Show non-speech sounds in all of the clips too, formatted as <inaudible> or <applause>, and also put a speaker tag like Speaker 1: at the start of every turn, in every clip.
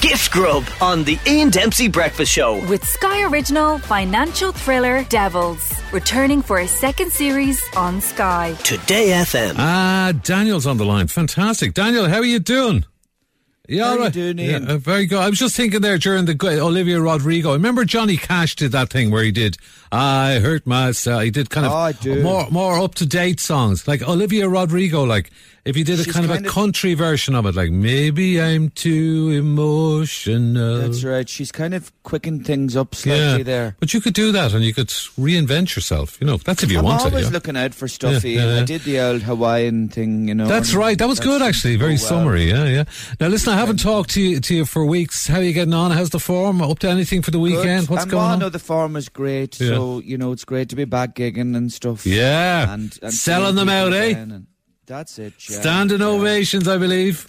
Speaker 1: Gift Grub on the Ian Dempsey Breakfast Show.
Speaker 2: With Sky Original financial thriller Devils, returning for a second series on Sky.
Speaker 1: Today FM.
Speaker 3: Ah, Daniel's on the line. Fantastic. Daniel, how are you doing? Yeah,
Speaker 4: How
Speaker 3: all
Speaker 4: you
Speaker 3: right.
Speaker 4: doing,
Speaker 3: Yeah,
Speaker 4: Ian?
Speaker 3: uh, very good. I was just thinking there during the go- Olivia Rodrigo. Remember Johnny Cash did that thing where he did "I Hurt Myself." He did kind of
Speaker 4: Oh, I do.
Speaker 3: more more up to date songs like Olivia Rodrigo. Like if you did a
Speaker 4: She's
Speaker 3: kind of
Speaker 4: kind
Speaker 3: a
Speaker 4: of-
Speaker 3: country version of it, like maybe I'm too emotional.
Speaker 4: That's right. She's kind of quickened things up slightly there.
Speaker 3: But you could do that, and you could reinvent yourself. You know, that's if you
Speaker 4: I'm
Speaker 3: want to.
Speaker 4: always
Speaker 3: yeah.
Speaker 4: looking out for stuff.
Speaker 3: Yeah,
Speaker 4: Ian.
Speaker 3: yeah, yeah.
Speaker 4: I did the old Hawaiian thing, you know.
Speaker 3: That's
Speaker 4: and
Speaker 3: right. That was
Speaker 4: that
Speaker 3: good,
Speaker 4: seemed
Speaker 3: actually.
Speaker 4: to go
Speaker 3: Very
Speaker 4: well.
Speaker 3: summary. Yeah, yeah. Now, listen. I haven't talked to you, to you for weeks. How are you getting on? How's the form? Up to anything for the
Speaker 4: Good.
Speaker 3: weekend? What's
Speaker 4: and
Speaker 3: going
Speaker 4: well,
Speaker 3: on?
Speaker 4: No, the farm is great.
Speaker 3: Yeah.
Speaker 4: So you know, it's great to be back gigging and stuff.
Speaker 3: Yeah.
Speaker 4: and, and
Speaker 3: Selling
Speaker 4: seeing
Speaker 3: them out,
Speaker 4: people
Speaker 3: eh?
Speaker 4: again and- That's it. yeah,
Speaker 3: Standing
Speaker 4: yeah.
Speaker 3: ovations, I believe.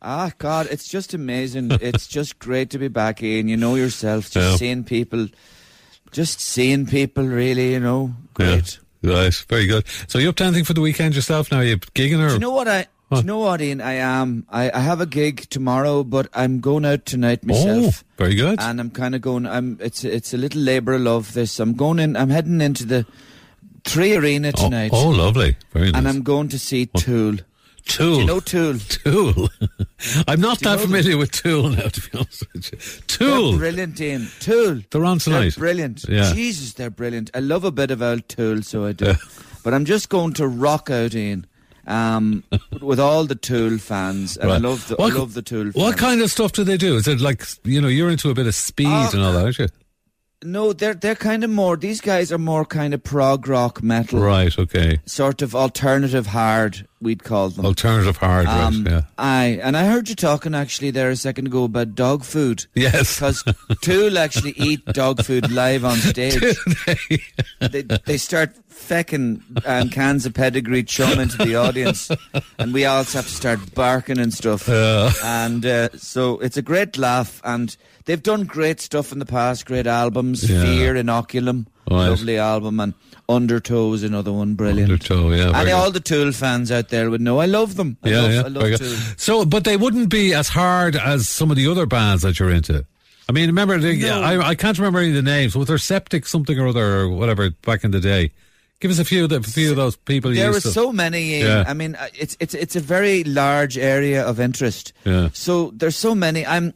Speaker 4: Ah, God, it's
Speaker 3: <laughs>
Speaker 4: just amazing. it's just great to be back in. You know yourself, just
Speaker 3: Yeah.
Speaker 4: seeing people, just seeing people. Really, you know, great.
Speaker 3: Yeah. Right. Very good. So, you up to anything for the weekend yourself? Now, are you gigging or?
Speaker 4: Do you know what I? Do
Speaker 3: Oh. What?
Speaker 4: you know what, Ian? I am. I, I have a gig tomorrow, but I'm going out tonight
Speaker 3: oh,
Speaker 4: myself.
Speaker 3: very good.
Speaker 4: And I'm kind of going. I'm. It's it's a little labour of love. This. I'm going in. I'm heading into the Tree Arena
Speaker 3: Oh,
Speaker 4: tonight,
Speaker 3: oh, lovely. Very nice.
Speaker 4: and I'm going to see Tool.
Speaker 3: Tool.
Speaker 4: Do you know Tool?
Speaker 3: Tool. <laughs> I'm not that
Speaker 4: know them?
Speaker 3: familiar with Tool now, to be honest with you.
Speaker 4: They're
Speaker 3: Tool.
Speaker 4: brilliant, Ian. Tool.
Speaker 3: They're on tonight.
Speaker 4: They're brilliant.
Speaker 3: Yeah.
Speaker 4: Jesus, they're brilliant. I love a bit of old Tool, so I do. But I'm just going to rock out, Ian.
Speaker 3: <laughs>
Speaker 4: Um, with all the Tool fans, and I
Speaker 3: Right.
Speaker 4: love the I love the Tool. Fans.
Speaker 3: What kind of stuff do they do? Is it like you know you're into a bit of speed
Speaker 4: Oh,
Speaker 3: and all that, aren't you?
Speaker 4: No, they're they're kind of more. These guys are more kind of prog rock metal,
Speaker 3: Right. Okay.
Speaker 4: sort of alternative hard. We'd call them.
Speaker 3: Alternative hard.
Speaker 4: Um,
Speaker 3: right, yeah.
Speaker 4: Aye, and I heard you talking actually there a second ago about dog food.
Speaker 3: Yes. <laughs>
Speaker 4: Because Tool actually eat dog food live on stage. they, they start fecking um, cans of pedigree chum into the audience, and we all have to start barking and stuff. And uh, so it's a great laugh, and they've done great stuff in the past, great albums,
Speaker 3: Yeah.
Speaker 4: Fear, Inoculum,
Speaker 3: Right.
Speaker 4: lovely album, and Undertow is another one, brilliant.
Speaker 3: Undertow, yeah, very
Speaker 4: and
Speaker 3: good.
Speaker 4: all the Tool fans out there would know I love them. I
Speaker 3: yeah.
Speaker 4: love,
Speaker 3: yeah.
Speaker 4: I
Speaker 3: very
Speaker 4: love
Speaker 3: good.
Speaker 4: Tool.
Speaker 3: So, but they wouldn't be as hard as some of the other bands that you're into. I mean, remember? They,
Speaker 4: No.
Speaker 3: I, I can't remember any of the names. Was there Septic something or other or whatever back in the day? Give us a few of the, a few of those people. you
Speaker 4: There are
Speaker 3: used to-
Speaker 4: so many. Ian.
Speaker 3: Yeah.
Speaker 4: I mean, uh, it's it's it's a very large area of interest.
Speaker 3: Yeah.
Speaker 4: So there's so many. I'm,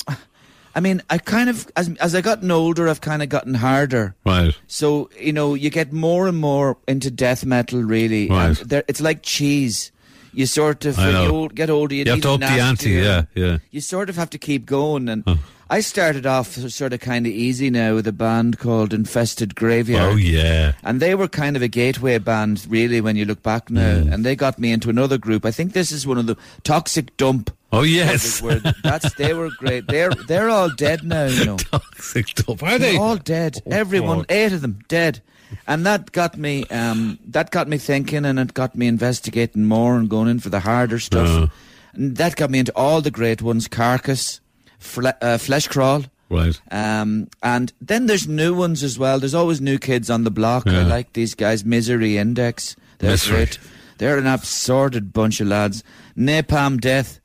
Speaker 4: I mean, I kind of as as I gotten older, I've kind of gotten harder.
Speaker 3: Right.
Speaker 4: So you know, you get more and more into death metal. Really,
Speaker 3: Right.
Speaker 4: And there, it's like cheese. You sort of
Speaker 3: I
Speaker 4: when you
Speaker 3: know.
Speaker 4: old, get older, you,
Speaker 3: You have
Speaker 4: need
Speaker 3: to up the ante,
Speaker 4: nastier.
Speaker 3: yeah, yeah.
Speaker 4: You sort of have to keep going, and I started off sort of kind of easy now with a band called Infested Graveyard.
Speaker 3: Oh yeah.
Speaker 4: And they were kind of a gateway band, really, when you look back now. And they got me into another group. I think this is one of the Toxic Dump.
Speaker 3: Oh
Speaker 4: That's
Speaker 3: yes.
Speaker 4: where- That's they were great. They're they're all dead now, you know.
Speaker 3: <laughs> Toxic Dump. Are they?
Speaker 4: They're all dead.
Speaker 3: Oh,
Speaker 4: Everyone,
Speaker 3: God.
Speaker 4: eight of them, dead. And that got me. Um, that got me thinking, and it got me investigating more and going in for the harder stuff.
Speaker 3: Uh.
Speaker 4: And that got me into all the great ones: Carcass, Fle- uh, Flesh Crawl.
Speaker 3: Right.
Speaker 4: Um, and then there's new ones as well. There's always new kids on the block. I
Speaker 3: Yeah.
Speaker 4: like these guys. Misery Index. They're
Speaker 3: Misery.
Speaker 4: great. They're an absurded bunch of lads. Napalm Death.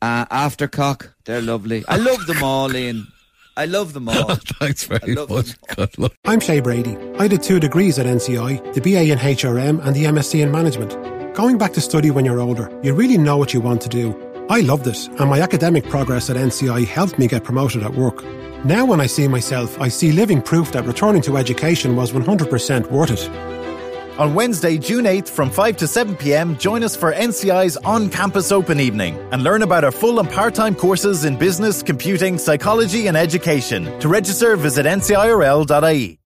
Speaker 4: Uh, Aftercock. They're lovely. I love them all, Ian. I love them all.
Speaker 3: <laughs> Thanks very
Speaker 4: I love
Speaker 3: much. Good luck.
Speaker 5: I'm Shay Brady. I did two degrees at NCI, the BA in HRM and the MSc in Management. Going back to study when you're older, you really know what you want to do. I loved it, and my academic progress at NCI helped me get promoted at work. Now, when I see myself, I see living proof that returning to education was 100% worth it.
Speaker 6: On Wednesday, June 8th from 5 to 7 pm, join us for NCI's on campus open evening and learn about our full and part time courses in business, computing, psychology, and education. To register, visit ncirl.ie.